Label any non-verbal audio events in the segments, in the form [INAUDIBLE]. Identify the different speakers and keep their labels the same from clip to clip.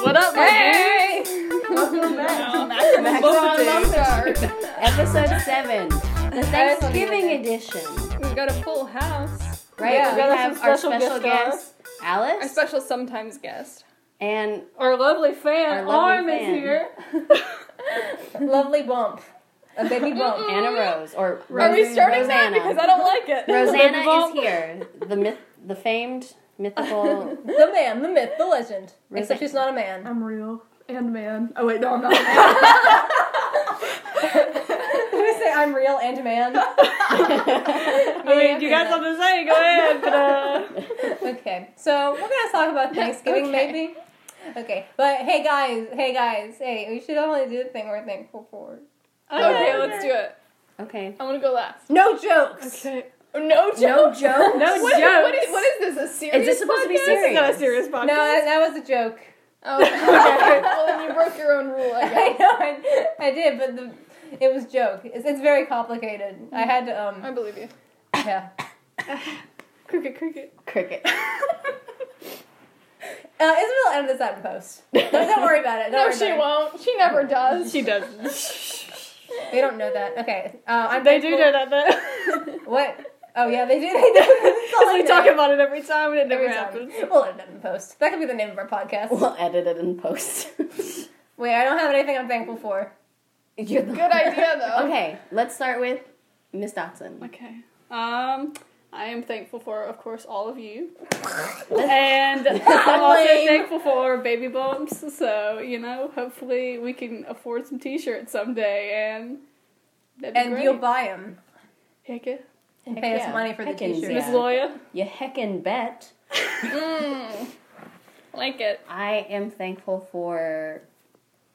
Speaker 1: What up, my
Speaker 2: Hey!
Speaker 1: Welcome back to Mac and
Speaker 2: Mac and
Speaker 1: Potatoes.
Speaker 3: Episode 7, the Thanksgiving edition.
Speaker 2: We've got a full house.
Speaker 3: Right?
Speaker 2: Yeah.
Speaker 3: we
Speaker 1: got us
Speaker 3: have
Speaker 1: a
Speaker 3: our
Speaker 1: special
Speaker 3: special
Speaker 1: guest star.
Speaker 3: guest,
Speaker 2: Our
Speaker 3: Alice,
Speaker 2: special sometimes guest.
Speaker 3: and
Speaker 1: Our lovely
Speaker 3: Our
Speaker 1: fan,
Speaker 3: lovely
Speaker 1: Arm,
Speaker 3: fan.
Speaker 1: is
Speaker 2: [LAUGHS]
Speaker 1: here.
Speaker 4: Lovely bump. A baby bump.
Speaker 3: Anna Rose, or
Speaker 2: Are we starting
Speaker 3: Rosanna.
Speaker 2: that? Because I don't like it.
Speaker 3: Rosanna
Speaker 2: Baby bump.
Speaker 3: is here, the myth, the famed, mythical.
Speaker 4: the man, the myth, the legend.
Speaker 3: Roseanne.
Speaker 4: Except she's not a man.
Speaker 1: I'm real and man. Oh, wait, no,
Speaker 2: [LAUGHS]
Speaker 1: I'm not. a man.
Speaker 4: Can we say I'm real and a man?
Speaker 1: I mean, you got something to say? Go ahead. But,
Speaker 2: [LAUGHS]
Speaker 1: uh,
Speaker 4: okay, so we're gonna talk about [LAUGHS] Thanksgiving maybe. Okay, but hey guys, hey guys, hey, we should only do the thing we're thankful for.
Speaker 2: Okay, let's do it.
Speaker 3: Okay.
Speaker 2: I want to go last.
Speaker 4: No jokes.
Speaker 1: okay.
Speaker 2: No joke.
Speaker 3: No joke.
Speaker 1: No
Speaker 2: What,
Speaker 1: jokes.
Speaker 2: what is, what is this? A serious?
Speaker 3: Is this supposed to be
Speaker 2: podcast?
Speaker 1: This is not a
Speaker 3: serious?
Speaker 1: serious podcast.
Speaker 4: No, that, that was a joke.
Speaker 2: Oh, [LAUGHS] okay. well, then you broke your own rule, I
Speaker 4: [LAUGHS] I know, I, I
Speaker 2: guess.
Speaker 4: did, but the, it was joke. It's, it's very complicated. I had to,
Speaker 2: I
Speaker 4: um,
Speaker 2: believe you.
Speaker 4: yeah.
Speaker 2: [COUGHS] Cricket, cricket.
Speaker 3: Cricket.
Speaker 4: [LAUGHS] Uh, Isabel edit this out in post. Don't, don't worry about it. Don't
Speaker 2: No,
Speaker 4: worry
Speaker 2: she
Speaker 4: about
Speaker 2: won't. She never does.
Speaker 1: She does.
Speaker 4: It. They don't know that. Okay. Uh, I'm
Speaker 1: they do
Speaker 4: thankful-
Speaker 1: know that, though.
Speaker 4: What? Oh yeah, they do. They do. [LAUGHS] It's all
Speaker 1: Because we
Speaker 4: I
Speaker 1: talk
Speaker 4: know.
Speaker 1: about it every time and it never
Speaker 4: Every time.
Speaker 1: happens.
Speaker 4: We'll edit that in post. That could be the name of our podcast.
Speaker 3: We'll edit it in post. [LAUGHS]
Speaker 4: Wait, I don't have anything I'm thankful for.
Speaker 3: You're the- [LAUGHS]
Speaker 2: Good idea, though.
Speaker 3: Okay, let's start with Miss Dotson.
Speaker 1: Okay. Um, I am thankful for, of course, all of you. and I'm also
Speaker 4: Lame.
Speaker 1: thankful for baby bumps. So, you know, hopefully we can afford some t shirts someday and that'd be
Speaker 4: And
Speaker 1: great.
Speaker 4: you'll buy them
Speaker 1: Heck yeah.
Speaker 4: and
Speaker 3: Heck
Speaker 4: pay
Speaker 3: yeah.
Speaker 4: us money for the
Speaker 3: Heck yeah.
Speaker 4: t-shirt.
Speaker 1: Miss
Speaker 3: Yeah.
Speaker 1: Loya.
Speaker 3: You heckin' bet.
Speaker 2: Mm. Like it.
Speaker 3: I am thankful for.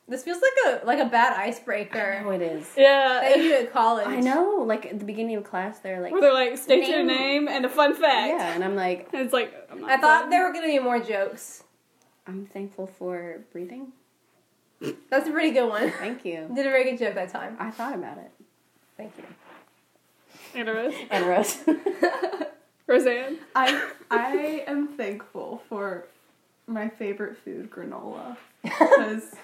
Speaker 4: This feels like a like a bad icebreaker
Speaker 3: Oh, it is.
Speaker 4: that
Speaker 1: Yeah.
Speaker 4: you did at college.
Speaker 3: I know, like at the beginning of class, they're like,
Speaker 1: Where they're like, state your
Speaker 3: Name.
Speaker 1: name and a fun fact.
Speaker 3: yeah, and I'm like,
Speaker 1: And it's like, I'm not
Speaker 4: I thought
Speaker 1: fun.
Speaker 4: there were gonna be more jokes.
Speaker 3: I'm thankful for breathing.
Speaker 4: That's a pretty good one. [LAUGHS]
Speaker 3: Thank you.
Speaker 4: Did a very good joke that time. [LAUGHS]
Speaker 3: I thought about it.
Speaker 4: Thank you.
Speaker 1: Anna Rose.
Speaker 3: And Rose.
Speaker 5: [LAUGHS]
Speaker 1: Roseanne.
Speaker 5: I I am thankful for my favorite food,
Speaker 2: [LAUGHS]
Speaker 5: granola, because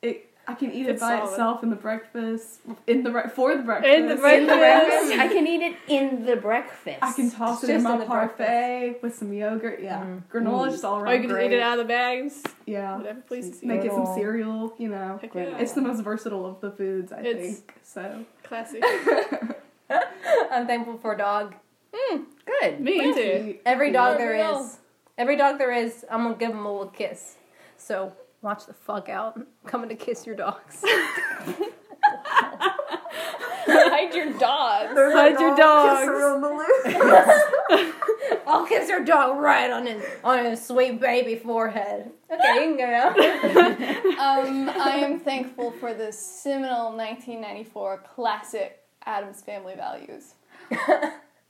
Speaker 5: it I can eat it
Speaker 1: It's
Speaker 5: by
Speaker 1: solid.
Speaker 5: itself in the breakfast, in the bre- for the breakfast,
Speaker 1: In the
Speaker 3: in the
Speaker 1: breakfast.
Speaker 3: breakfast. I can eat it in the breakfast.
Speaker 5: I can toss
Speaker 4: It's
Speaker 5: it in
Speaker 4: just
Speaker 5: my
Speaker 4: in the
Speaker 5: parfait with some yogurt. Yeah, granola just all around.
Speaker 1: Or Mm. Oh, you can just eat
Speaker 5: great.
Speaker 1: it out of the bags.
Speaker 5: Yeah,
Speaker 1: Whatever pleases you.
Speaker 5: make it some
Speaker 3: Granola.
Speaker 5: cereal. You know,
Speaker 1: Heck
Speaker 3: Granola.
Speaker 1: yeah.
Speaker 5: it's the most versatile of the foods. I
Speaker 1: It's-
Speaker 5: think so.
Speaker 1: Classy.
Speaker 4: I'm thankful for a dog.
Speaker 3: Good.
Speaker 1: Me too.
Speaker 5: Eat-
Speaker 4: Every dog
Speaker 2: You're
Speaker 4: there
Speaker 2: real.
Speaker 4: is. Every dog there is. I'm gonna give them a little kiss. So watch the fuck out. I'm coming to kiss your dogs. [LAUGHS]
Speaker 2: Hide your dogs.
Speaker 1: Hide your dogs.
Speaker 4: I'll kiss your dog right on his on his sweet baby forehead. Okay, you can [LAUGHS] go now.
Speaker 2: Um, I am thankful for the seminal 1994 classic Adam's Family Values.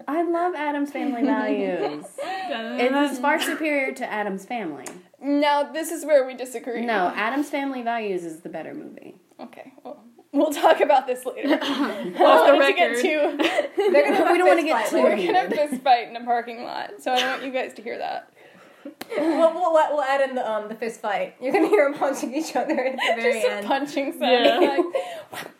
Speaker 3: I love Adam's Family
Speaker 5: [LAUGHS]
Speaker 3: Values. it is far superior to Adam's Family.
Speaker 2: Now, this is where we disagree.
Speaker 3: No, Adam's Family Values is the better movie.
Speaker 2: Okay. Well, we'll talk about this
Speaker 1: [LAUGHS]
Speaker 2: later. [LAUGHS]
Speaker 1: Off the
Speaker 2: I wanted
Speaker 1: record.
Speaker 2: to
Speaker 1: [LAUGHS]
Speaker 2: get to,
Speaker 4: They're gonna have a
Speaker 3: We don't want to
Speaker 4: fist
Speaker 3: get
Speaker 4: fight later.
Speaker 3: too
Speaker 2: we're gonna
Speaker 3: heated.
Speaker 2: fist fight in a parking lot, so I don't want you guys to
Speaker 1: [LAUGHS]
Speaker 2: hear that.
Speaker 4: We'll, we'll, let- we'll add in the um the fist fight. You're gonna hear them punching each other at the very
Speaker 2: Just a
Speaker 4: end.
Speaker 2: punching sound.
Speaker 1: Yeah.
Speaker 2: Like,
Speaker 1: [LAUGHS]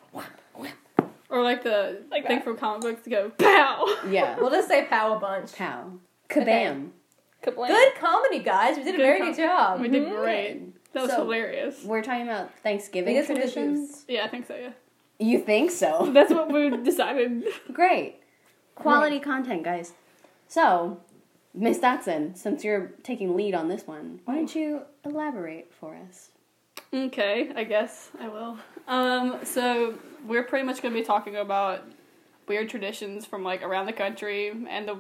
Speaker 1: Or like the
Speaker 2: Like
Speaker 1: thing
Speaker 2: that.
Speaker 1: from comic books to go pow.
Speaker 3: Yeah.
Speaker 5: [LAUGHS]
Speaker 4: We'll just say pow a bunch.
Speaker 3: Pow. Kabam.
Speaker 2: kablam.
Speaker 4: Good comedy, guys. We did a
Speaker 1: Good
Speaker 4: very
Speaker 1: com-
Speaker 4: good job.
Speaker 1: We did great.
Speaker 3: Good.
Speaker 1: That was
Speaker 3: So-
Speaker 1: hilarious.
Speaker 3: We're talking about
Speaker 4: We
Speaker 3: Thanksgiving
Speaker 4: did some good
Speaker 3: traditions.
Speaker 4: shoots.
Speaker 1: Yeah, I think so. Yeah,
Speaker 3: You think so?
Speaker 1: that's what we [LAUGHS] decided.
Speaker 3: Great. Quality content, guys. So, Miss Dotson, since you're taking lead on this one, why don't you elaborate for us?
Speaker 1: Okay, I guess I will. Um, so we're pretty much going to be talking about weird traditions from like around the country and the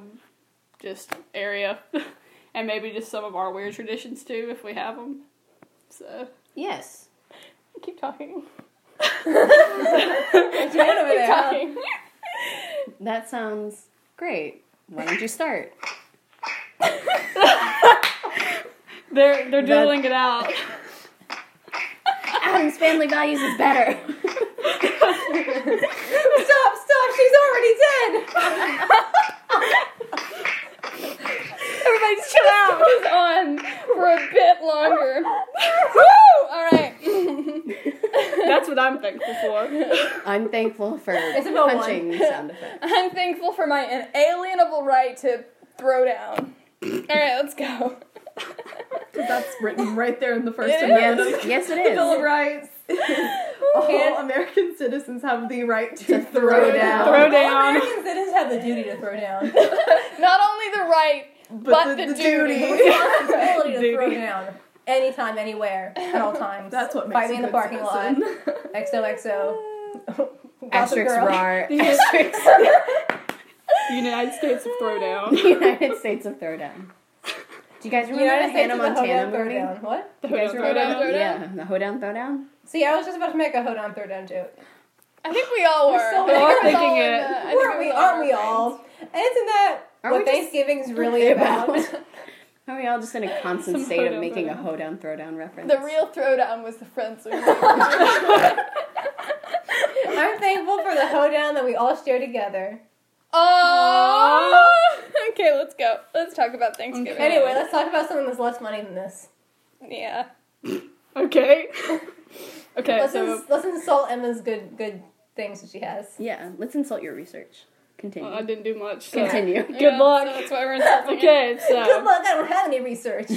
Speaker 1: just area, [LAUGHS] and maybe just some of our weird traditions too if we have them. So
Speaker 3: Yes.
Speaker 1: keep talking.
Speaker 4: What you doing over there?
Speaker 1: Keep talking.
Speaker 3: That sounds great. Why don't you start?
Speaker 1: They're they're dueling it out.
Speaker 3: Adam's family values is better.
Speaker 4: [LAUGHS] Stop! Stop! She's already dead. [LAUGHS] [LAUGHS]
Speaker 2: Everybody's chill out. Goes on for a bit longer. Woo!
Speaker 1: thankful for?
Speaker 3: [LAUGHS] I'm thankful for
Speaker 4: about one.
Speaker 3: punching sound effect.
Speaker 2: I'm thankful for my inalienable right to throw down. All right, let's go.
Speaker 5: That's [LAUGHS] written right there in the First
Speaker 2: It
Speaker 5: Amendment.
Speaker 3: [LAUGHS] Yes, yes, it
Speaker 5: Bill of
Speaker 3: is.
Speaker 5: Rights. All American citizens have the right to, throw,
Speaker 3: Oh, throw
Speaker 5: down,
Speaker 1: Throw
Speaker 4: All
Speaker 1: down.
Speaker 4: American citizens have the duty to throw
Speaker 3: [LAUGHS]
Speaker 4: down.
Speaker 2: Not only the right,
Speaker 5: but,
Speaker 2: but the
Speaker 5: [LAUGHS]
Speaker 2: duty.
Speaker 4: Responsibility to throw
Speaker 1: Duty.
Speaker 4: down. Anytime, anywhere, at all times.
Speaker 5: That's what makes
Speaker 4: Fight me
Speaker 5: a
Speaker 4: in the
Speaker 5: good
Speaker 4: parking lot.
Speaker 5: citizen. [LAUGHS]
Speaker 3: [LAUGHS]
Speaker 4: XOXO. Gossip
Speaker 3: Asterisk
Speaker 4: Girl.
Speaker 3: rar. [LAUGHS]
Speaker 1: [LAUGHS] United States of Throwdown.
Speaker 3: United States of Throwdown. Do you guys remember
Speaker 4: United
Speaker 3: the
Speaker 4: States
Speaker 3: Hannah
Speaker 4: is a
Speaker 3: Montana
Speaker 4: hoedown
Speaker 3: movie?
Speaker 4: throwdown. What?
Speaker 3: Do you guys
Speaker 1: Hoedown
Speaker 3: remember?
Speaker 2: Throwdown? Throwdown?
Speaker 3: Yeah, the Hoedown Throwdown.
Speaker 4: See, I was just about to make a hold on throwdown joke.
Speaker 2: I think we all were.
Speaker 4: so
Speaker 2: I think
Speaker 1: are
Speaker 2: it was
Speaker 1: thinking
Speaker 2: all in
Speaker 1: it.
Speaker 2: the- I think
Speaker 4: Aren't
Speaker 2: it was
Speaker 4: we?
Speaker 2: all
Speaker 4: Aren't
Speaker 2: in
Speaker 4: we
Speaker 2: the
Speaker 4: all? And isn't that
Speaker 3: Aren't
Speaker 4: what
Speaker 3: we just
Speaker 4: Thanksgiving's really about?
Speaker 3: Are we all just in a constant
Speaker 1: Some
Speaker 3: state of
Speaker 1: Hoedown
Speaker 3: making a
Speaker 1: Throwdown.
Speaker 3: Hoedown Throwdown reference?
Speaker 2: The real throwdown was the friends we [LAUGHS] made.
Speaker 4: I'm thankful for the hoedown that we all share together.
Speaker 2: Oh. okay, let's go. Let's talk about Thanksgiving.
Speaker 1: Okay.
Speaker 4: Anyway, let's talk about something that's less money than this.
Speaker 2: Yeah.
Speaker 1: [LAUGHS] Okay. Okay,
Speaker 4: Let's,
Speaker 1: so
Speaker 4: ins- let's insult Emma's good good things that she has.
Speaker 3: Yeah, let's insult your research. Continue.
Speaker 1: well, I didn't do much. So.
Speaker 3: Continue.
Speaker 1: [LAUGHS] Good luck.
Speaker 2: So that's why we're insulting. it.
Speaker 1: Okay,
Speaker 4: Good
Speaker 1: so
Speaker 4: luck, I don't have any research.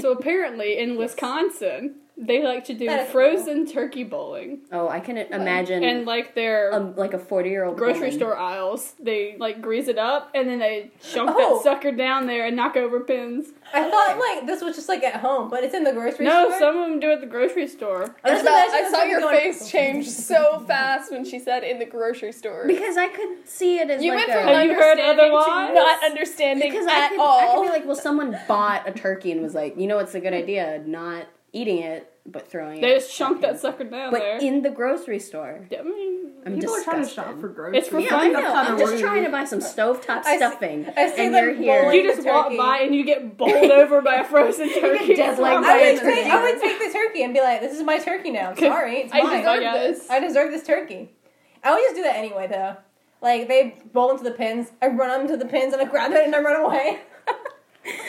Speaker 1: so apparently in Wisconsin they like to do
Speaker 4: That is
Speaker 1: frozen turkey bowling
Speaker 3: [LAUGHS] Oh, I can imagine
Speaker 1: and like their
Speaker 3: um, like a 40 year old
Speaker 1: grocery store aisles they like grease it up and then they shove
Speaker 4: Oh.
Speaker 1: that sucker down there and knock over pins.
Speaker 4: I thought like this was just like at home, but it's in the grocery
Speaker 1: no,
Speaker 4: store.
Speaker 1: some of them do it at the grocery store.
Speaker 4: I just
Speaker 2: Isabel,
Speaker 4: imagine
Speaker 2: I
Speaker 4: this
Speaker 2: saw
Speaker 4: woman
Speaker 2: your
Speaker 4: going-
Speaker 2: face [LAUGHS] change so fast when she said in the grocery store.
Speaker 3: Because I could see it as
Speaker 2: you
Speaker 3: like
Speaker 2: went
Speaker 3: a.
Speaker 2: from
Speaker 1: Have you heard
Speaker 2: understanding
Speaker 1: otherwise?
Speaker 2: to not understanding
Speaker 3: because I
Speaker 2: at
Speaker 3: could, I could
Speaker 2: all.
Speaker 3: be like, well, someone bought a turkey and was like, you know, it's a good idea, not eating it but throwing
Speaker 1: They
Speaker 3: it.
Speaker 1: just chunk that sucker
Speaker 3: [LAUGHS]
Speaker 1: down
Speaker 3: But
Speaker 1: there.
Speaker 3: in the grocery store,
Speaker 1: Yeah, I mean,
Speaker 3: I'm
Speaker 5: People are trying to
Speaker 3: disgusted.
Speaker 5: shop for groceries.
Speaker 1: It's for
Speaker 3: Yeah,
Speaker 1: fun.
Speaker 3: I know.
Speaker 5: That's not
Speaker 3: I'm
Speaker 5: a
Speaker 3: just
Speaker 5: word.
Speaker 3: trying to buy some stovetop
Speaker 4: I see-
Speaker 3: stuffing,
Speaker 4: I see
Speaker 3: and
Speaker 4: them
Speaker 3: you're here.
Speaker 4: bowling.
Speaker 1: you just
Speaker 4: the
Speaker 1: walk
Speaker 4: turkey.
Speaker 1: by and you get bowled over by a frozen turkey.
Speaker 3: dead leg
Speaker 1: [LAUGHS] I'm
Speaker 3: by
Speaker 4: I
Speaker 1: like,
Speaker 3: a
Speaker 4: would, take, I would take the turkey and be like, "This is my turkey now. Sorry, it's
Speaker 1: I
Speaker 4: mine.
Speaker 1: deserve this.
Speaker 4: I deserve this turkey." I would just do that anyway, though. Like they bowl into the pins, I run into the pins, and I grab it and I run away.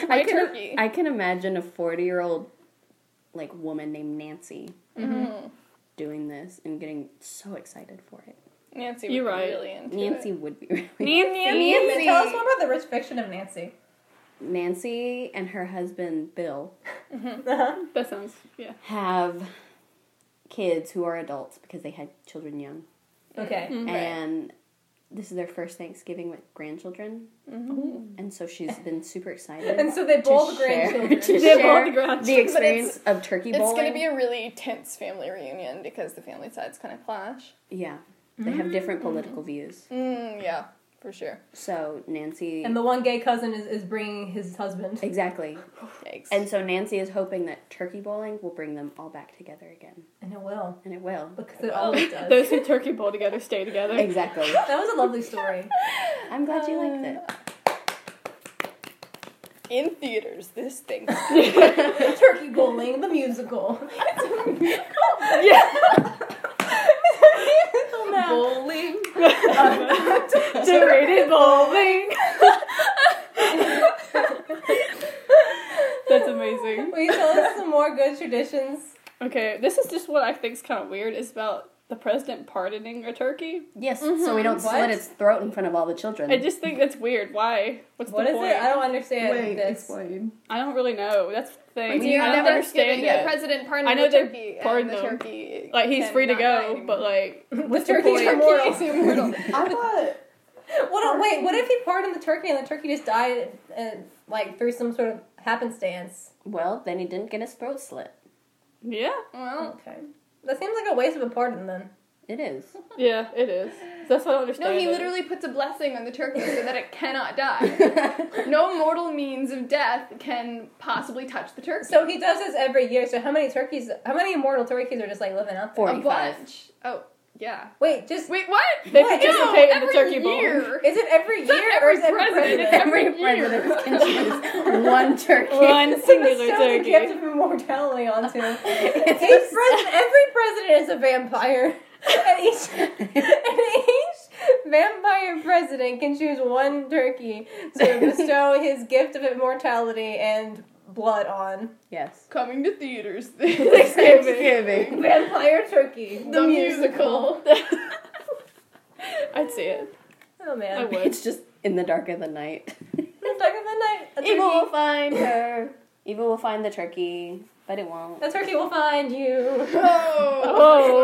Speaker 3: I
Speaker 2: My
Speaker 3: can,
Speaker 2: turkey.
Speaker 3: I can imagine a 40 year old like woman named Nancy doing this and getting so excited for it.
Speaker 2: Nancy would
Speaker 1: You're right.
Speaker 2: be really into
Speaker 3: Nancy
Speaker 2: it.
Speaker 3: would be [LAUGHS] really
Speaker 1: Nancy.
Speaker 2: Nancy.
Speaker 4: Tell us more about the rich fiction of Nancy.
Speaker 3: Nancy and her husband Bill
Speaker 4: Uh-huh.
Speaker 1: That sounds yeah.
Speaker 3: have kids who are adults because they had children young.
Speaker 4: Okay.
Speaker 3: Mm-hmm. And this is their first Thanksgiving with grandchildren. And so she's been super excited.
Speaker 4: And so they bowl the
Speaker 3: to share- [LAUGHS]
Speaker 4: grandchildren.
Speaker 3: to
Speaker 1: They bowl
Speaker 3: share
Speaker 1: the [LAUGHS] grandchildren.
Speaker 3: the experience of turkey
Speaker 2: It's
Speaker 3: bowling.
Speaker 2: going to be a really tense family reunion because the family sides kind of clash.
Speaker 3: yeah, they have different political views.
Speaker 2: Mm, yeah, for sure.
Speaker 3: So Nancy,
Speaker 4: And the one gay cousin is, is bringing his husband.
Speaker 3: exactly.
Speaker 2: Yikes.
Speaker 3: And so Nancy is hoping that turkey bowling will bring them all back together again,
Speaker 4: And it will.
Speaker 3: and it will.
Speaker 4: Because
Speaker 1: Oh.
Speaker 4: it always
Speaker 1: [LAUGHS]
Speaker 4: does.
Speaker 1: Those who turkey bowl together stay together.
Speaker 3: Exactly.
Speaker 4: that was a lovely story.
Speaker 3: I'm glad you liked it.
Speaker 2: in theaters, this thing.
Speaker 4: Turkey Bowling, the musical. [LAUGHS]
Speaker 1: Yeah.
Speaker 4: Till now.
Speaker 5: Bowling.
Speaker 1: Underrated bowling. That's amazing.
Speaker 4: Will you tell us some more good traditions?
Speaker 1: Okay, this is just what I think's kind of weird. Is about the president pardoning a turkey.
Speaker 3: Yes. So we don't
Speaker 4: What?
Speaker 3: slit its throat in front of all the children.
Speaker 1: I just think that's weird. Why? What's
Speaker 4: What
Speaker 1: the
Speaker 4: is
Speaker 1: point?
Speaker 4: it? I don't understand
Speaker 5: Wait,
Speaker 4: this. [LAUGHS]
Speaker 5: explain.
Speaker 1: I don't really know. That's the thing.
Speaker 2: Do you
Speaker 1: I
Speaker 2: have
Speaker 1: don't understand
Speaker 2: Thanksgiving?
Speaker 1: it.
Speaker 2: Yeah, President pardoned
Speaker 1: I know
Speaker 2: the
Speaker 1: they
Speaker 2: turkey, and
Speaker 1: pardoned
Speaker 2: the
Speaker 1: him.
Speaker 2: turkey.
Speaker 1: Like he's
Speaker 2: can
Speaker 1: free to
Speaker 2: not fly
Speaker 1: go,
Speaker 2: anymore. [LAUGHS]
Speaker 1: but like
Speaker 4: With turkeys
Speaker 1: point?
Speaker 4: immortal.
Speaker 2: Turkey is immortal.
Speaker 5: I thought
Speaker 4: [LAUGHS] What, wait, what if he pardoned the turkey and the turkey just died, uh, like through some sort of happenstance?
Speaker 3: well, then he didn't get his throat slit.
Speaker 1: yeah,
Speaker 2: well,
Speaker 4: Okay, that seems like a waste of a pardon then.
Speaker 3: It is.
Speaker 1: yeah, it is. That's what I don't understand.
Speaker 2: no, he
Speaker 1: it.
Speaker 2: literally puts a blessing on the turkey so that it cannot die.
Speaker 1: [LAUGHS]
Speaker 2: no mortal means of death can possibly touch the turkey.
Speaker 4: So he does this every year. So how many turkeys? How many immortal turkeys are just like living out there?
Speaker 2: a
Speaker 3: 45.
Speaker 2: bunch. Oh, yeah.
Speaker 4: Wait, just
Speaker 2: Wait, what?
Speaker 1: They
Speaker 2: No,
Speaker 1: participate in the
Speaker 2: every
Speaker 1: turkey bowl.
Speaker 2: year.
Speaker 4: is it every
Speaker 2: not
Speaker 4: year or
Speaker 2: every
Speaker 4: is it every
Speaker 2: president, it's
Speaker 4: president?
Speaker 2: Every
Speaker 3: Every
Speaker 2: year.
Speaker 3: president can choose [LAUGHS] one turkey.
Speaker 1: [LAUGHS]
Speaker 4: [LAUGHS]
Speaker 1: one singular
Speaker 4: Show the gift
Speaker 1: turkey.
Speaker 4: of immortality onto him. each president, every president is a vampire, [LAUGHS] and each and each vampire president can choose one turkey to bestow his gift of immortality and blood on.
Speaker 3: Yes.
Speaker 1: Coming to theaters [LAUGHS] Thanksgiving.
Speaker 4: Vampire Turkey.
Speaker 1: the musical. [LAUGHS] I'd see it.
Speaker 4: Oh
Speaker 1: I
Speaker 4: man.
Speaker 1: would. [LAUGHS]
Speaker 3: It's just in the dark of the night.
Speaker 4: It's dark of the night. A
Speaker 3: [LAUGHS] Evil will
Speaker 4: turkey.
Speaker 3: find her. Evil will find the turkey, but it won't.
Speaker 4: A turkey will find you.
Speaker 3: [LAUGHS]
Speaker 1: Oh,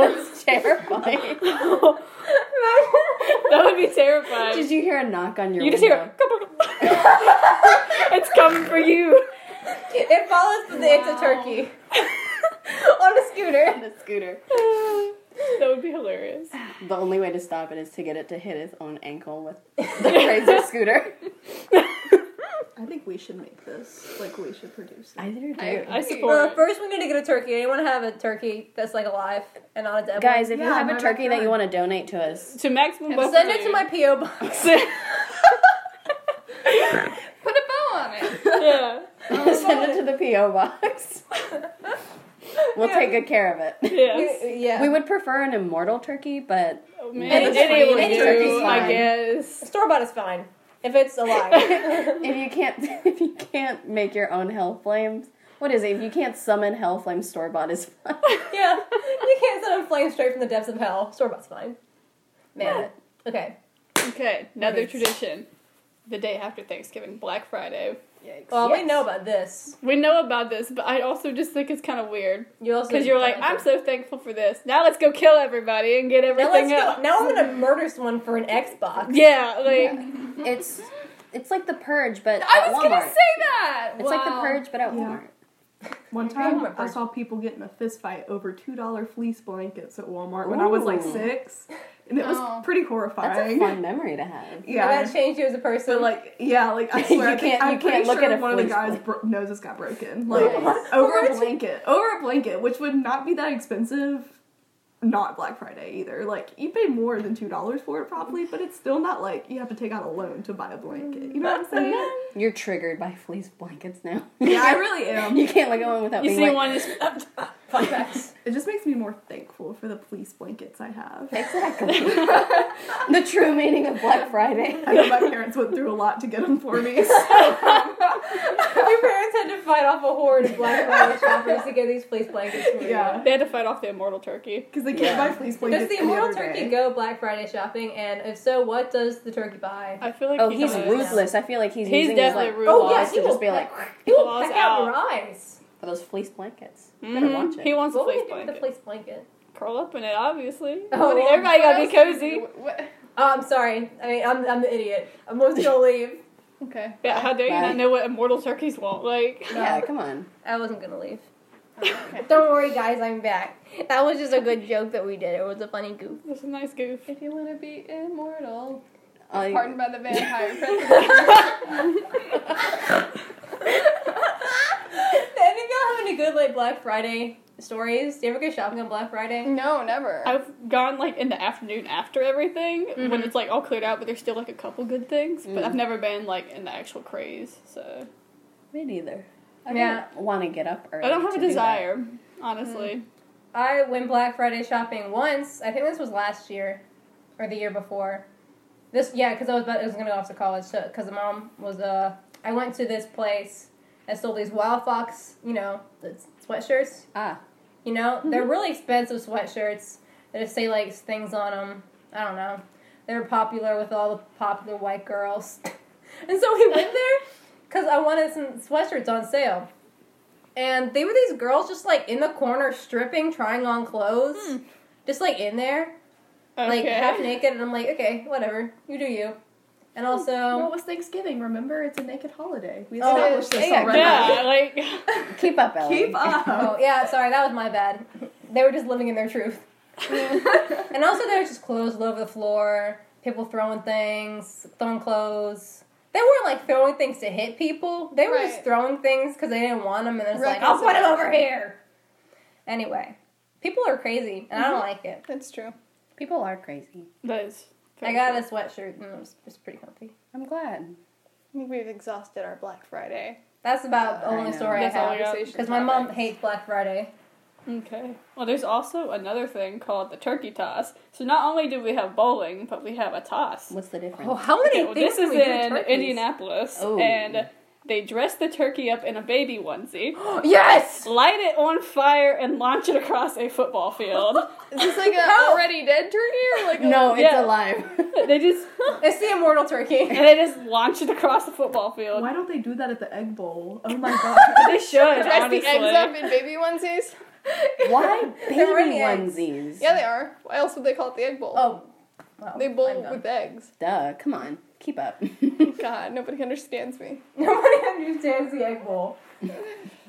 Speaker 3: That's terrifying.
Speaker 1: that would be terrifying.
Speaker 3: Did you hear a knock on your
Speaker 1: You just hear
Speaker 3: window?
Speaker 1: a [LAUGHS] It's coming for you.
Speaker 4: it follows the it's a turkey. [LAUGHS] on a scooter.
Speaker 3: on a scooter.
Speaker 1: that would be hilarious.
Speaker 3: The only way to stop it is to get it to hit its own ankle with the crazy scooter.
Speaker 5: I think we should make this. Like we should produce it.
Speaker 3: Either
Speaker 1: I,
Speaker 3: do.
Speaker 1: I
Speaker 4: Well,
Speaker 1: support.
Speaker 4: first we need to get a turkey. Anyone have a turkey that's like alive and not a dead
Speaker 3: Guys, if you
Speaker 5: Yeah,
Speaker 3: have
Speaker 5: my
Speaker 3: a turkey that
Speaker 5: backyard.
Speaker 3: you want to donate to us,
Speaker 1: to maximum
Speaker 4: one?
Speaker 1: Buffalo.
Speaker 4: Send it to my PO box.
Speaker 2: Put a bow on it.
Speaker 1: [LAUGHS]
Speaker 3: [LAUGHS]
Speaker 1: yeah,
Speaker 3: send it to the P.O. box. we'll take good care of it.
Speaker 1: yes.
Speaker 4: Yeah.
Speaker 3: We would prefer an immortal turkey, but
Speaker 1: Oh, man,
Speaker 4: Any
Speaker 1: any would
Speaker 4: turkey-
Speaker 1: do,
Speaker 4: any
Speaker 1: I
Speaker 3: turkey's
Speaker 1: guess.
Speaker 4: Store bought is fine if it's alive.
Speaker 3: if you can't [LAUGHS] if you can't make your own hell flames, what is it? If you can't summon hell flames, store bought is fine.
Speaker 4: [LAUGHS] yeah, you can't send a flame straight from the depths of hell. Store bought's fine. Man, okay.
Speaker 1: Okay, another
Speaker 4: Nice.
Speaker 1: tradition. The day after Thanksgiving, Black Friday.
Speaker 4: Well, we
Speaker 3: Yes.
Speaker 4: know about this.
Speaker 1: We know about this, but I also just think it's kind of weird
Speaker 4: You also
Speaker 1: because you're like, I'm so thankful for this. Now let's go kill everybody and get
Speaker 4: Now, let's
Speaker 1: everything
Speaker 4: go.
Speaker 1: up.
Speaker 4: now I'm gonna murder someone for an Xbox.
Speaker 1: Yeah, like
Speaker 3: It's it's like the purge, but
Speaker 2: I
Speaker 3: at
Speaker 2: was
Speaker 3: Walmart.
Speaker 2: gonna say that.
Speaker 3: it's like the
Speaker 2: Wow.
Speaker 3: purge, but at
Speaker 5: Yeah.
Speaker 3: Walmart.
Speaker 5: One
Speaker 4: Oh
Speaker 5: time,
Speaker 4: my
Speaker 5: I
Speaker 4: gosh.
Speaker 5: saw people getting a fist fight over two dollar fleece blankets at Walmart when I was like
Speaker 3: Ooh.
Speaker 5: six, and it
Speaker 2: Oh.
Speaker 5: was pretty
Speaker 3: That's
Speaker 5: horrifying.
Speaker 3: a fun memory to have.
Speaker 4: And
Speaker 5: yeah,
Speaker 4: that changed you as a person.
Speaker 5: but like, yeah, like [LAUGHS] I swear,
Speaker 3: You
Speaker 5: I think-
Speaker 3: can't-
Speaker 5: I'm
Speaker 3: you can't
Speaker 5: pretty
Speaker 3: look
Speaker 5: sure
Speaker 3: at a
Speaker 5: one of the
Speaker 3: fleece
Speaker 5: guys' bro- noses got broken, like
Speaker 3: What?
Speaker 5: over a blanket, over a blanket, which would not be that expensive. Not Black Friday either. Like you pay more than two dollars for it probably, but it's still not like you have to take out a loan to buy a blanket. You know [LAUGHS] what I'm saying?
Speaker 3: You're triggered by fleece blankets now. [LAUGHS]
Speaker 5: yeah, I [LAUGHS] really am.
Speaker 3: you can't look at one without
Speaker 1: you
Speaker 3: being
Speaker 1: see
Speaker 3: like,
Speaker 1: one is
Speaker 4: Ah, fun facts.
Speaker 5: It just makes me more thankful for the fleece blankets I have. [LAUGHS]
Speaker 3: exactly. the true meaning of Black
Speaker 5: [LAUGHS]
Speaker 3: Friday.
Speaker 5: I know my parents went through a lot to get them for [LAUGHS] me.
Speaker 4: Your parents had to fight off a horde of black and [LAUGHS] white shoppers to get these fleece blankets for you.
Speaker 5: yeah,
Speaker 1: they had to fight off the immortal turkey.
Speaker 5: because they can't buy fleece blankets.
Speaker 4: Does the
Speaker 5: any
Speaker 4: immortal
Speaker 5: other
Speaker 4: turkey
Speaker 5: day.
Speaker 4: go Black Friday shopping? And if so, what does the turkey buy?
Speaker 1: I feel like
Speaker 3: Oh,
Speaker 1: he
Speaker 3: he's
Speaker 1: does.
Speaker 3: ruthless. I feel like he's,
Speaker 1: He's
Speaker 3: using
Speaker 1: definitely
Speaker 3: his, like,
Speaker 1: ruthless.
Speaker 4: Oh, yeah,
Speaker 3: claws
Speaker 4: he
Speaker 3: to just
Speaker 4: will
Speaker 3: be like
Speaker 4: He will
Speaker 1: Claws
Speaker 4: pack out
Speaker 1: out.
Speaker 4: your eyes.
Speaker 3: for those fleece blankets. Better watch
Speaker 1: Mhm.
Speaker 3: it.
Speaker 1: He wants a
Speaker 4: What would
Speaker 1: fleece
Speaker 4: you do with
Speaker 1: blanket.
Speaker 4: the fleece blanket?
Speaker 1: Curl up in it, obviously.
Speaker 4: Oh, well,
Speaker 1: Everybody gotta be cozy.
Speaker 2: Wh- wh-
Speaker 4: Oh, I'm sorry. I mean, I'm, I'm the idiot. I'm going [LAUGHS] to leave.
Speaker 2: Okay.
Speaker 1: Yeah, how dare you
Speaker 3: Right.
Speaker 1: not know what immortal turkeys want? Like,
Speaker 3: yeah, come on.
Speaker 4: I wasn't gonna leave.
Speaker 2: Okay.
Speaker 4: Don't worry, guys, I'm back. That was just a good joke that we did. It was a funny [LAUGHS] goof.
Speaker 1: that's a nice goof.
Speaker 2: If you want to be immortal,
Speaker 3: All you-
Speaker 2: pardoned by
Speaker 1: [LAUGHS]
Speaker 2: the vampire president.
Speaker 4: Any of y'all have any good like Black Friday stories? Do you ever go shopping on Black Friday?
Speaker 2: no, never.
Speaker 1: I've gone like in the afternoon after everything
Speaker 3: Mm-hmm.
Speaker 1: when it's like all cleared out, but there's still like a couple good things.
Speaker 3: Mm.
Speaker 1: But I've never been like in the actual craze, so
Speaker 3: Me neither. I
Speaker 4: Yeah.
Speaker 3: don't want to get up early.
Speaker 1: I don't have
Speaker 3: to do
Speaker 1: a
Speaker 3: that. Mm.
Speaker 1: desire, honestly.
Speaker 4: I went Black Friday shopping once. I think this was last year or the year before. This yeah, because I was about, I was gonna go off to college because the mom was uh I went to this place that sold these Wild Fox you know the sweatshirts
Speaker 3: Ah,
Speaker 4: You know, they're really expensive sweatshirts that just say like things on them. I don't know. They're popular with all the popular white girls. [LAUGHS] and so we went there because I wanted some sweatshirts on sale. And they were these girls just like in the corner stripping, trying on clothes, just like in there, like
Speaker 1: Okay.
Speaker 4: half naked. And I'm like, okay, whatever, you do you. And also,
Speaker 5: Well, it was Thanksgiving. Remember, it's a naked holiday. We
Speaker 4: Oh,
Speaker 5: established this
Speaker 3: yeah,
Speaker 5: already.
Speaker 1: yeah, like
Speaker 3: keep up, Ellen.
Speaker 5: Keep up.
Speaker 4: Oh yeah, sorry, that was my bad. They were just living in their truth. and also, there was just clothes all over the floor. People throwing things, throwing clothes. They weren't like throwing things to hit people. They were just
Speaker 2: Right.
Speaker 4: throwing things because they didn't want them, and it's like,
Speaker 2: Right,
Speaker 4: I'll
Speaker 2: 'cause
Speaker 4: put
Speaker 2: it-
Speaker 4: them over here. Anyway, people are crazy, and I don't like it.
Speaker 2: That's true.
Speaker 3: People are crazy.
Speaker 1: that is.
Speaker 4: I got a sweatshirt, and it was, it was pretty comfy.
Speaker 3: I'm glad.
Speaker 2: I think we've exhausted our Black Friday.
Speaker 4: That's about the
Speaker 3: I
Speaker 4: only
Speaker 3: know.
Speaker 4: story
Speaker 1: That's
Speaker 4: I
Speaker 1: all I
Speaker 4: have.
Speaker 1: got.
Speaker 2: Conversation
Speaker 4: Because my mom
Speaker 2: topics.
Speaker 4: hates Black Friday.
Speaker 1: Okay. Well, there's also another thing called the turkey toss. So not only do we have bowling, but we have a toss.
Speaker 3: What's the difference? [LAUGHS]
Speaker 4: Oh, how many
Speaker 1: Okay, well,
Speaker 4: things
Speaker 1: this
Speaker 4: can
Speaker 1: is
Speaker 4: we do with
Speaker 1: in
Speaker 4: turkeys?
Speaker 1: Indianapolis,
Speaker 3: Oh.
Speaker 1: and They dress the turkey up in a baby onesie, [GASPS]
Speaker 4: yes!
Speaker 1: light it on fire, and launch it across a football field.
Speaker 3: [LAUGHS]
Speaker 2: Is this like an already
Speaker 1: [LAUGHS]
Speaker 2: dead turkey or like a-
Speaker 3: No, it's
Speaker 1: Yeah.
Speaker 3: alive.
Speaker 1: they just
Speaker 4: It's the
Speaker 1: [LAUGHS]
Speaker 4: immortal turkey.
Speaker 1: and they just launch it across the football field.
Speaker 5: [LAUGHS] Why don't they do that at the Egg Bowl? Oh my
Speaker 3: [LAUGHS]
Speaker 5: god.
Speaker 1: They should
Speaker 2: dress
Speaker 1: honestly.
Speaker 2: the eggs up in baby onesies?
Speaker 3: Why baby
Speaker 4: They're already eggs.
Speaker 3: onesies?
Speaker 2: Yeah, they are. Why else would they call it the egg bowl?
Speaker 4: Oh. Well,
Speaker 2: they
Speaker 4: I'm
Speaker 2: bowl
Speaker 4: done.
Speaker 2: with eggs.
Speaker 3: Duh, come on. [LAUGHS] Keep up.
Speaker 2: God, nobody understands me.
Speaker 4: [LAUGHS] Nobody understands the egg bowl.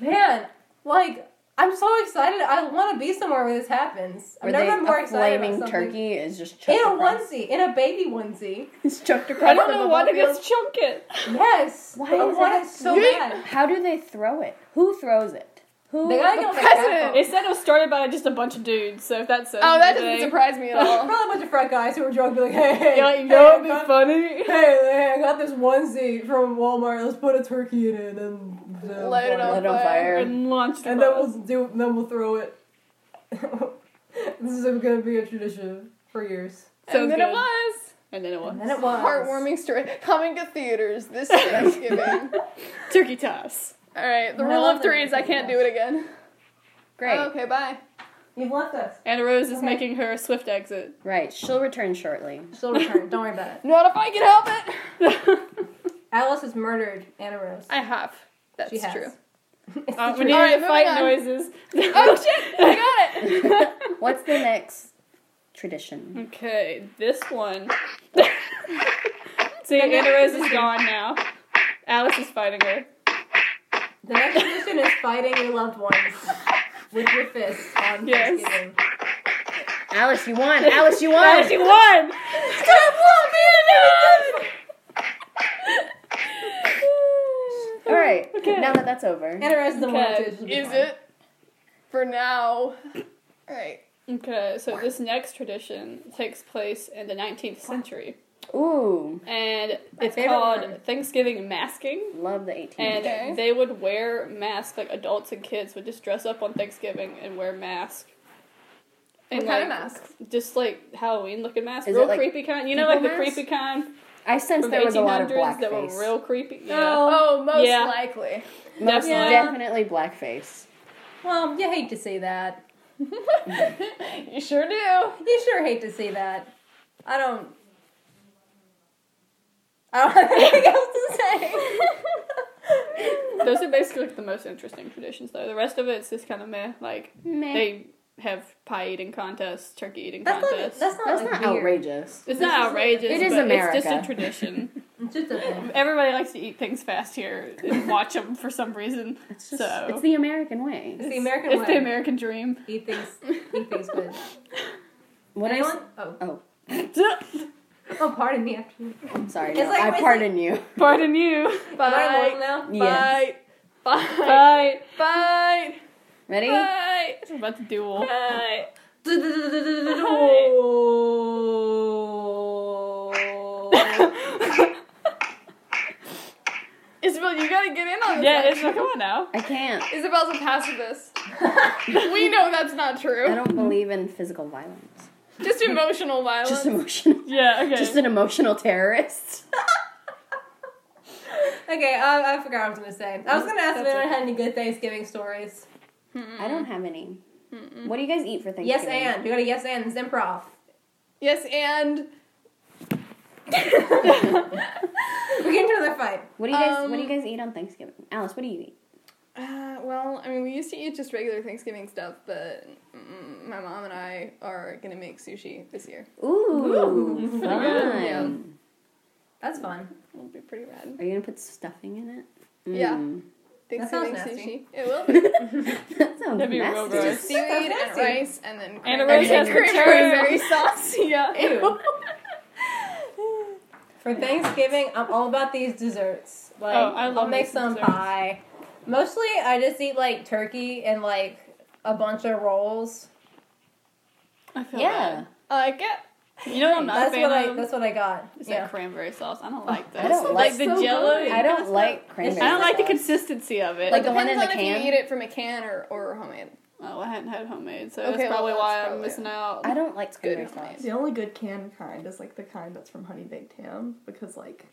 Speaker 4: Man, like, I'm so excited. I want to be somewhere where this happens. I've
Speaker 3: Where
Speaker 4: never
Speaker 3: they,
Speaker 4: been more
Speaker 3: a
Speaker 4: excited about
Speaker 3: flaming
Speaker 4: something.
Speaker 3: turkey is just chucked
Speaker 4: In a
Speaker 3: across.
Speaker 4: onesie, in a baby onesie.
Speaker 3: It's chucked across.
Speaker 1: I don't
Speaker 4: the
Speaker 1: know why they
Speaker 4: football
Speaker 1: just chunk it.
Speaker 4: Yes.
Speaker 3: Why
Speaker 4: I
Speaker 3: is
Speaker 4: want
Speaker 3: that
Speaker 4: it so
Speaker 3: weird?
Speaker 4: bad.
Speaker 3: How do they throw it? Who throws it? Who?
Speaker 4: They gotta get on the
Speaker 2: president.
Speaker 1: It said it was started by just a bunch of dudes, so if that says
Speaker 2: Oh, that doesn't
Speaker 1: anything-
Speaker 2: surprise me at [LAUGHS] all.
Speaker 4: Probably a bunch of frat guys who were drunk, be like, hey, hey,
Speaker 1: Yeah, you
Speaker 4: hey,
Speaker 1: know
Speaker 4: I
Speaker 1: it'd be
Speaker 4: got-
Speaker 1: funny.
Speaker 4: Hey, hey, I got this onesie from Walmart. Let's put a turkey in it and then
Speaker 2: Light it
Speaker 3: Lit
Speaker 2: on
Speaker 3: on
Speaker 2: fire.
Speaker 3: fire.
Speaker 1: And launch the
Speaker 4: And then we'll do. Then we'll throw it. [LAUGHS] this is gonna be a tradition for years.
Speaker 1: Sounds
Speaker 2: and then
Speaker 1: good.
Speaker 2: it was.
Speaker 1: And then it was.
Speaker 4: it was
Speaker 2: Heartwarming story. Coming to theaters this Thanksgiving.
Speaker 1: Turkey toss.
Speaker 2: Alright, the
Speaker 4: I
Speaker 2: rule
Speaker 4: love
Speaker 2: of three
Speaker 4: it.
Speaker 2: is I can't do it again.
Speaker 3: Great.
Speaker 2: okay, bye.
Speaker 4: You've left us.
Speaker 1: And Rose is
Speaker 4: Okay.
Speaker 1: making her swift exit.
Speaker 3: Right. She'll return shortly.
Speaker 4: She'll return. Don't worry about it.
Speaker 2: Not if I can help it.
Speaker 4: [LAUGHS] Alice has murdered Anna Rose.
Speaker 2: I have. That's
Speaker 4: she has.
Speaker 2: true.
Speaker 1: Uh, we need
Speaker 2: All right,
Speaker 1: to fight
Speaker 2: moving
Speaker 1: noises.
Speaker 2: Oh shit! I got it.
Speaker 3: What's the next tradition?
Speaker 1: Okay, this
Speaker 2: [LAUGHS]
Speaker 1: one. [LAUGHS] See, Anna Rose is gone now. Alice is fighting her.
Speaker 4: [LAUGHS] The next tradition is fighting your loved ones with your fists on
Speaker 1: Yes.
Speaker 4: Thanksgiving.
Speaker 3: Alice, you won. Alice, you won.
Speaker 1: Oh, she won!
Speaker 3: [LAUGHS] All right.
Speaker 1: Okay.
Speaker 3: Now that that's over,
Speaker 4: Anna Rose is the one
Speaker 1: Okay,
Speaker 4: to she'll be
Speaker 2: Is
Speaker 4: fine.
Speaker 2: it? For now. Alright.
Speaker 1: Okay, so this next tradition takes place in the 19th century.
Speaker 3: ooh,
Speaker 1: And
Speaker 4: My
Speaker 1: it's
Speaker 4: favorite
Speaker 1: called
Speaker 4: one.
Speaker 1: Thanksgiving masking.
Speaker 3: love the 18th.
Speaker 1: And
Speaker 2: Okay.
Speaker 1: they would wear masks, like adults and kids would just dress up on Thanksgiving and wear masks.
Speaker 2: What kind of masks?
Speaker 1: Just like Halloween looking masks.
Speaker 3: Is it
Speaker 1: real
Speaker 3: like
Speaker 1: creepy kind. You know,
Speaker 3: people
Speaker 1: like the
Speaker 3: masks?
Speaker 1: creepy kind
Speaker 3: I sense
Speaker 1: from the
Speaker 3: there was a lot of
Speaker 1: 1800s
Speaker 3: blackface.
Speaker 1: that were real creepy. Yeah.
Speaker 4: Oh,
Speaker 2: Oh, most
Speaker 1: Yeah.
Speaker 2: likely.
Speaker 3: Most
Speaker 1: Yeah.
Speaker 3: definitely blackface.
Speaker 4: well, Um, you hate to see that.
Speaker 2: You sure do.
Speaker 4: You sure hate to see that. I don't. I don't [LAUGHS] have anything else to say.
Speaker 1: Those are basically like the most interesting traditions, though. The rest of it's just kind of meh. Like,
Speaker 3: Meh.
Speaker 1: they have pie eating contests, turkey eating
Speaker 4: that's
Speaker 1: contests.
Speaker 4: not. That's not.
Speaker 3: That's
Speaker 4: like,
Speaker 3: not
Speaker 4: weird.
Speaker 3: outrageous.
Speaker 1: it's
Speaker 4: this
Speaker 1: not
Speaker 4: is-
Speaker 1: outrageous.
Speaker 3: it is
Speaker 1: but It's just
Speaker 3: America.
Speaker 1: a
Speaker 3: [LAUGHS]
Speaker 1: tradition.
Speaker 4: It's just a thing.
Speaker 1: Everybody likes to eat things fast here and watch them for
Speaker 3: [LAUGHS]
Speaker 1: some reason.
Speaker 3: It's just
Speaker 1: So-
Speaker 3: it's the American way.
Speaker 4: It's the American
Speaker 1: It's
Speaker 4: way.
Speaker 1: the American dream.
Speaker 4: Eat things. Eat things good.
Speaker 3: What I s-
Speaker 4: Anyone? Oh.
Speaker 3: oh
Speaker 4: [LAUGHS] Oh, pardon me. Actually.
Speaker 3: sorry,
Speaker 4: It's
Speaker 3: no,
Speaker 4: like-
Speaker 3: I
Speaker 4: it's like-
Speaker 3: pardon you. [LAUGHS]
Speaker 1: Pardon you.
Speaker 4: Am I
Speaker 2: Bye.
Speaker 4: alone now? [LAUGHS]
Speaker 3: Yeah.
Speaker 2: Bye. Bye.
Speaker 1: Bye.
Speaker 2: Bye.
Speaker 3: Ready?
Speaker 2: Bye.
Speaker 1: I'm about to duel.
Speaker 2: Bye.
Speaker 4: Oh.
Speaker 2: Isabel, you gotta get in on this.
Speaker 1: yeah, it's
Speaker 2: action.
Speaker 1: like, come on now.
Speaker 3: I can't.
Speaker 2: Isabel's a pacifist. we know that's not
Speaker 3: I
Speaker 2: true.
Speaker 3: don't believe in physical violence.
Speaker 2: Just emotional violence.
Speaker 3: Just emotional.
Speaker 1: Yeah, okay.
Speaker 3: Just an emotional terrorist.
Speaker 4: Okay, I, I forgot what I was gonna say. I was gonna ask if
Speaker 1: That's
Speaker 4: anyone had any good Thanksgiving stories.
Speaker 3: I don't have any. What do you guys eat for Thanksgiving?
Speaker 4: Yes, and you got a yes and. It's improv. [LAUGHS]
Speaker 2: yes, and
Speaker 4: We get into another fight.
Speaker 3: What do you guys What do you
Speaker 2: Um,
Speaker 3: guys eat on Thanksgiving? Alice, what do you eat?
Speaker 2: uh, well, I mean, we used to eat just regular Thanksgiving stuff, but mm, my mom and I are gonna make sushi this year.
Speaker 3: Ooh, fun.
Speaker 2: Yum.
Speaker 4: That's fun.
Speaker 2: It'll be pretty rad.
Speaker 3: Are you gonna put stuffing in it?
Speaker 2: Yeah.
Speaker 3: Mm.
Speaker 4: sounds
Speaker 2: Thanksgiving
Speaker 4: nasty.
Speaker 2: sushi. It will be
Speaker 3: [LAUGHS] That sounds
Speaker 1: That'd be real
Speaker 3: nasty.
Speaker 1: gross.
Speaker 2: just seaweed and
Speaker 4: nasty.
Speaker 2: rice, and then
Speaker 1: Anna
Speaker 2: cranberry-
Speaker 1: Rose has
Speaker 2: cranberry
Speaker 1: returned.
Speaker 2: [LAUGHS] sauce. Yeah.
Speaker 4: Ew. For Thanksgiving, I'm all about these desserts. Like,
Speaker 1: Oh, I love
Speaker 4: will make
Speaker 1: these
Speaker 4: some
Speaker 1: desserts.
Speaker 4: pie. Mostly, I just eat like turkey and like a bunch of rolls.
Speaker 1: I feel
Speaker 3: Yeah.
Speaker 2: I like it.
Speaker 1: bad. You know what I'm not
Speaker 4: That's
Speaker 1: a fan
Speaker 4: what I.
Speaker 1: of?
Speaker 4: That's what I got.
Speaker 1: it's
Speaker 4: yeah.
Speaker 1: that cranberry sauce. I don't like this.
Speaker 3: Oh, I don't like-
Speaker 1: like the
Speaker 5: so
Speaker 1: jello.
Speaker 5: good.
Speaker 3: I don't like cranberry.
Speaker 1: I don't like the
Speaker 3: sauce.
Speaker 1: consistency of it.
Speaker 3: Like the one
Speaker 2: Depends
Speaker 3: in the
Speaker 2: on
Speaker 3: can.
Speaker 2: if you eat it from a can or, or homemade.
Speaker 1: oh, I hadn't had homemade, so
Speaker 2: Okay,
Speaker 1: that's
Speaker 2: well,
Speaker 1: probably
Speaker 2: that's
Speaker 1: why I'm
Speaker 2: probably-
Speaker 1: missing out.
Speaker 3: I don't like
Speaker 2: good
Speaker 3: cranberry
Speaker 2: with mayonnaise.
Speaker 3: sauce.
Speaker 5: the only good canned kind is like the kind that's from Honey Baked Ham because like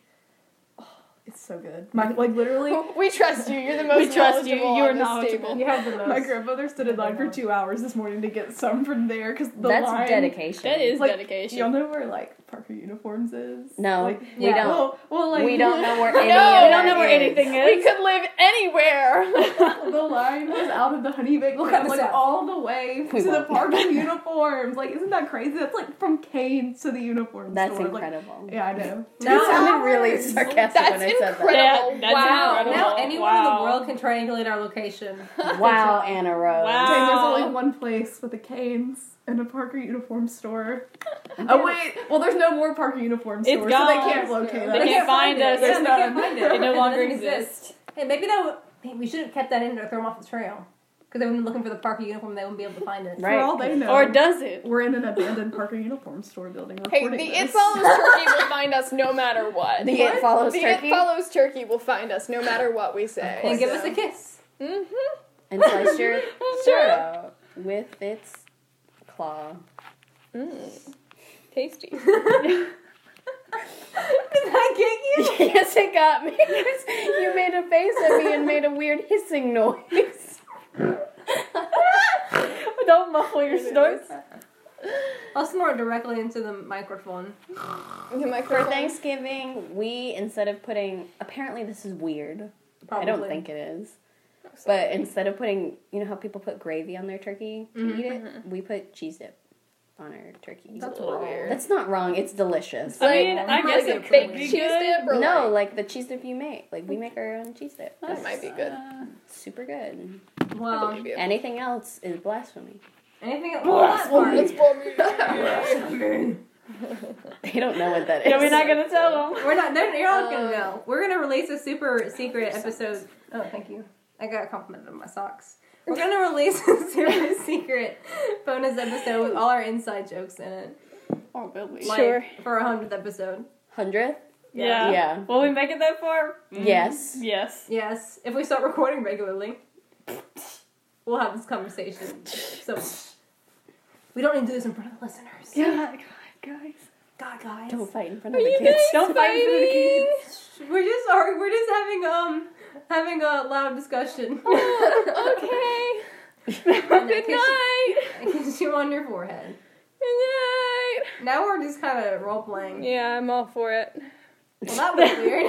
Speaker 5: oh, It's so good.
Speaker 4: My-
Speaker 5: like literally,
Speaker 2: [LAUGHS] We trust you. You're the
Speaker 1: [LAUGHS]
Speaker 2: most
Speaker 1: We trust you.
Speaker 2: knowledgeable
Speaker 1: You are
Speaker 2: on this
Speaker 1: knowledgeable.
Speaker 2: table.
Speaker 4: You have the most.
Speaker 5: [LAUGHS] my grandmother stood in line for two hours this morning to get some from there because the
Speaker 3: That's
Speaker 5: line.
Speaker 3: dedication.
Speaker 1: That is
Speaker 5: Like,
Speaker 1: dedication.
Speaker 5: Y'all know where like Parker uniforms is?
Speaker 3: No,
Speaker 5: Like,
Speaker 3: we
Speaker 4: yeah.
Speaker 3: don't.
Speaker 5: Well, well, like
Speaker 3: we don't know where
Speaker 2: No,
Speaker 3: any.
Speaker 2: we
Speaker 3: of
Speaker 2: don't
Speaker 3: that
Speaker 2: know
Speaker 1: where
Speaker 3: is.
Speaker 1: anything is.
Speaker 2: We could live [LAUGHS] anywhere.
Speaker 5: the line was out of the honey bagel
Speaker 4: Cut
Speaker 5: and
Speaker 4: us
Speaker 5: like
Speaker 4: out.
Speaker 5: all the way
Speaker 3: We
Speaker 5: to the
Speaker 3: won't. [LAUGHS]
Speaker 5: Parker uniforms. Like, isn't that crazy? That's like from Canes to the uniform
Speaker 3: That's
Speaker 5: store. Like,
Speaker 3: incredible.
Speaker 5: yeah, I know.
Speaker 3: That
Speaker 4: Now,
Speaker 3: sounded really sarcastic
Speaker 2: That's
Speaker 3: when I said
Speaker 2: incredible.
Speaker 1: Yeah, that's
Speaker 2: Wow.
Speaker 1: incredible.
Speaker 4: now anyone
Speaker 1: wow.
Speaker 4: in the world can triangulate our location.
Speaker 3: that. Wow, Anna Rose.
Speaker 1: Wow.
Speaker 5: Okay, there's
Speaker 1: Wow.
Speaker 5: only one place with a Canes and a Parker uniform store. Oh wait, well there's no more Parker uniform
Speaker 1: It's
Speaker 5: stores, so they
Speaker 1: gone.
Speaker 5: can't locate us.
Speaker 1: They can't find us.
Speaker 4: it. Yeah,
Speaker 5: There's
Speaker 4: they
Speaker 5: none.
Speaker 4: can't
Speaker 1: [LAUGHS]
Speaker 4: find it.
Speaker 1: It no longer
Speaker 4: doesn't
Speaker 1: exists.
Speaker 4: Hey, maybe that would, hey, we should have kept that in there, throw them off the trail. Because they would have been looking for the Parker uniform, they wouldn't be able to find it.
Speaker 3: Right.
Speaker 5: For all they know,
Speaker 1: Or does it?
Speaker 5: we're in an abandoned Parker uniform store building.
Speaker 2: Hey,
Speaker 5: Recording
Speaker 2: the It
Speaker 5: this.
Speaker 2: Follows Turkey will find us no matter what.
Speaker 3: The It Follows
Speaker 2: The
Speaker 3: Turkey?
Speaker 2: It Follows Turkey will find us no matter what we say.
Speaker 4: And give us a kiss.
Speaker 2: Mm-hmm.
Speaker 3: And
Speaker 2: [LAUGHS]
Speaker 3: sliced your shirt out with its claw. [LAUGHS]
Speaker 2: Mm. Tasty.
Speaker 4: Did I get you?
Speaker 3: yes, it got me. [LAUGHS] You made a face at me and made a weird hissing noise.
Speaker 1: Don't muffle your snorts.
Speaker 4: I'll snort directly into the microphone.
Speaker 2: The
Speaker 3: For
Speaker 2: microphone.
Speaker 3: Thanksgiving, we instead of putting apparently this is weird. I don't think it is. But instead of putting, you know how people put gravy on their turkey to eat it, we put cheese dip on our turkey.
Speaker 4: That's
Speaker 2: a little Mm-hmm. weird.
Speaker 3: That's not wrong. It's delicious.
Speaker 1: I mean, I
Speaker 4: Like
Speaker 1: guess
Speaker 4: a
Speaker 1: it could
Speaker 2: baked
Speaker 1: be
Speaker 2: cheese
Speaker 1: good.
Speaker 2: dip or
Speaker 3: no,
Speaker 2: like,
Speaker 3: like the cheese dip you make. Like we make our own cheese dip.
Speaker 2: that might be good.
Speaker 3: Super good.
Speaker 2: I
Speaker 4: Well,
Speaker 2: believe you.
Speaker 3: Anything else is blasphemy.
Speaker 4: anything else? Well, that
Speaker 2: Well,
Speaker 4: part.
Speaker 2: let's blow me down.
Speaker 3: [LAUGHS] They don't know what that is.
Speaker 1: Yeah, we're not gonna tell them.
Speaker 4: [LAUGHS] We're not. They're, you're not gonna
Speaker 2: Um,
Speaker 4: know. We're gonna release a super secret episode. Oh, thank you. I got complimented on my socks.
Speaker 3: [LAUGHS]
Speaker 4: We're gonna release a super secret bonus episode with all our inside jokes in it.
Speaker 3: Oh,
Speaker 1: Or will we?
Speaker 4: Like,
Speaker 2: Sure.
Speaker 4: For our hundredth episode.
Speaker 3: Hundredth?
Speaker 1: [LAUGHS] Yeah.
Speaker 3: Yeah.
Speaker 1: Will we make it that far? Mm,
Speaker 3: Yes.
Speaker 1: Uh, Yes.
Speaker 4: Yes, if we start recording regularly, we'll have this conversation. So we don't need to do this in front of the listeners.
Speaker 1: God, God, guys.
Speaker 4: God, guys. [LAUGHS]
Speaker 3: Don't fight in front of
Speaker 2: Are
Speaker 3: the
Speaker 2: you
Speaker 3: kids.
Speaker 1: Don't fight for the kids.
Speaker 4: We're just sorry. We're just having um having a loud discussion.
Speaker 2: okay.
Speaker 4: [LAUGHS]
Speaker 2: Good night.
Speaker 4: I kissed you on your forehead.
Speaker 2: Good night.
Speaker 4: Now we're just kind of role playing.
Speaker 2: Yeah, I'm all for it.
Speaker 4: Well, that was weird.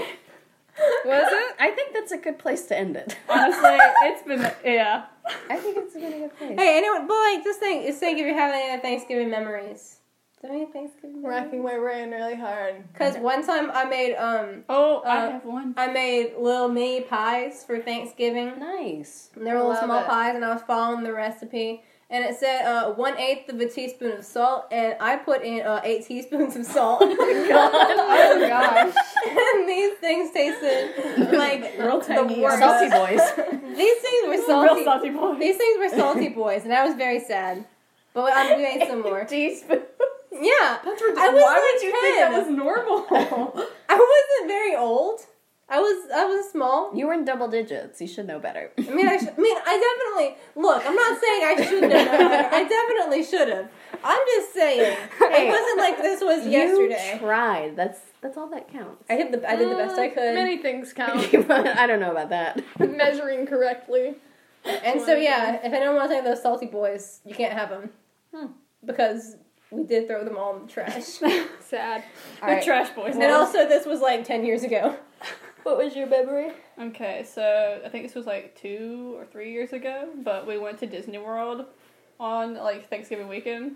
Speaker 2: Was it?
Speaker 3: I think that's a good place to end it.
Speaker 2: [LAUGHS]
Speaker 1: Honestly, it's been yeah.
Speaker 3: [LAUGHS] I think it's been a good place.
Speaker 4: hey, anyone, but like, just think, just think if you're having any Thanksgiving memories. Do you have any Thanksgiving
Speaker 2: Racking
Speaker 4: memories?
Speaker 2: my brain really hard.
Speaker 4: Because one time I made um
Speaker 1: Oh,
Speaker 4: Uh,
Speaker 1: I have one.
Speaker 4: I made little mini pies for Thanksgiving.
Speaker 3: Nice.
Speaker 4: And they were little
Speaker 2: Mm-hmm. Love
Speaker 4: small
Speaker 2: it.
Speaker 4: pies, and I was following the recipe. And it said uh, one eighth of a teaspoon of salt, and I put in uh, eight teaspoons of
Speaker 2: [LAUGHS]
Speaker 4: salt. [LAUGHS]
Speaker 2: Oh gosh.
Speaker 4: and these things
Speaker 2: [LAUGHS]
Speaker 4: tasted like
Speaker 5: Real
Speaker 4: the
Speaker 5: tiny.
Speaker 4: worst.
Speaker 3: Salty boys.
Speaker 4: These things were
Speaker 1: uh, Real
Speaker 4: salty.
Speaker 1: salty boy.
Speaker 4: These things were salty boys, and I was very sad. But um, we ate
Speaker 2: [LAUGHS]
Speaker 4: some more.
Speaker 3: Teaspoon.
Speaker 4: Yeah,
Speaker 5: That's ridiculous.
Speaker 4: I was
Speaker 5: Why
Speaker 4: like
Speaker 5: would you think that
Speaker 4: 10.
Speaker 5: was normal?
Speaker 1: [LAUGHS]
Speaker 4: [LAUGHS] I wasn't very old. I was I was small.
Speaker 3: You were in double digits. You should know better.
Speaker 4: I mean, I, sh- I mean, I definitely look. I'm not saying I shouldn't have. known better. I definitely should have. I'm just saying it wasn't like this was
Speaker 3: You
Speaker 4: yesterday.
Speaker 3: tried. That's that's all that counts. [LAUGHS]
Speaker 4: I hit the. I did the best I
Speaker 1: uh,
Speaker 4: could.
Speaker 2: Uh, Many things count.
Speaker 3: I don't know about that.
Speaker 2: Measuring correctly.
Speaker 4: and so yeah, if anyone wants any of those salty boys, you can't have them because we did throw them all in the trash.
Speaker 2: Sad.
Speaker 3: All
Speaker 1: They're
Speaker 3: right.
Speaker 1: trash boys.
Speaker 4: and also, this was like ten years ago.
Speaker 3: What was your memory?
Speaker 1: Okay, so I think this was like two or three years ago, but we went to Disney World on like Thanksgiving weekend.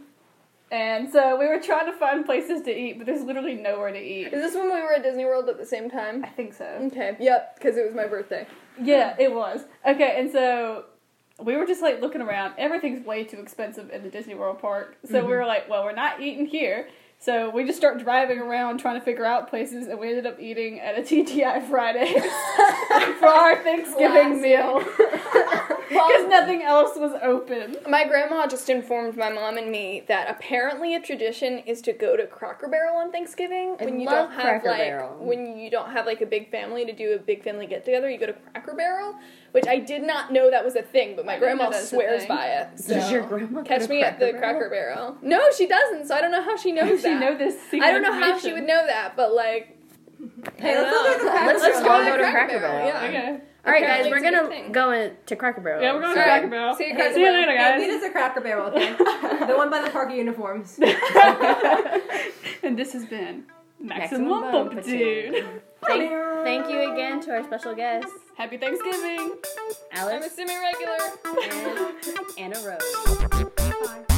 Speaker 1: And so we were trying to find places to eat, but there's literally nowhere to eat.
Speaker 2: Is this when we were at Disney World at the same time?
Speaker 1: I think so.
Speaker 2: Okay. Yep, because it was my birthday.
Speaker 1: Yeah, it was. Okay, and so we were just like looking around. Everything's way too expensive at the Disney World park. So we were like, well, we're not eating here. So we just start driving around trying to figure out places, and we ended up eating at a TGI Friday [LAUGHS] for our Thanksgiving meal. [LAUGHS] Because nothing else was open.
Speaker 2: My grandma just informed my mom and me that apparently a tradition is to go to Cracker Barrel on Thanksgiving
Speaker 3: I
Speaker 2: when you
Speaker 3: love
Speaker 2: don't have
Speaker 3: Cracker
Speaker 2: like
Speaker 3: Barrel.
Speaker 2: when you don't have like a big family to do a big family get together. You go to Cracker Barrel, which I did not know that was a thing, but my
Speaker 1: I didn't know
Speaker 2: grandma
Speaker 1: that was a
Speaker 2: swears
Speaker 1: thing.
Speaker 2: by it. So.
Speaker 3: Does your grandma go
Speaker 2: catch
Speaker 3: to
Speaker 2: me at the Cracker Barrel? No, she doesn't. So I don't know how she knows
Speaker 1: She
Speaker 5: [LAUGHS]
Speaker 2: that.
Speaker 1: know this. secret
Speaker 2: I don't know how she
Speaker 1: information.
Speaker 2: would know that, but like
Speaker 4: Hey, [LAUGHS] let's look at the
Speaker 3: Let's
Speaker 4: package.
Speaker 3: just
Speaker 4: for
Speaker 3: go
Speaker 4: a
Speaker 3: and go to
Speaker 4: lot.
Speaker 3: Cracker Barrel.
Speaker 4: Yeah.
Speaker 1: Okay.
Speaker 3: All right, guys,
Speaker 4: Apparently
Speaker 3: we're
Speaker 4: it's a good
Speaker 3: gonna
Speaker 4: thing.
Speaker 3: go in- to Cracker Barrel.
Speaker 1: Yeah, we're going
Speaker 4: Sorry.
Speaker 1: to Cracker Barrel.
Speaker 4: See you, Cracker
Speaker 1: See you
Speaker 4: Barrel.
Speaker 1: later,
Speaker 4: Yeah,
Speaker 1: guys.
Speaker 4: Meet us at Cracker Barrel, okay? the one by the park of uniforms.
Speaker 1: and this has been Maximum,
Speaker 3: Maximum
Speaker 1: Bumpitude.
Speaker 3: Thank, thank you again to our special guest,
Speaker 1: Happy Thanksgiving.
Speaker 3: Alex
Speaker 4: assuming regular.
Speaker 3: and Anna Rose.
Speaker 5: Bye.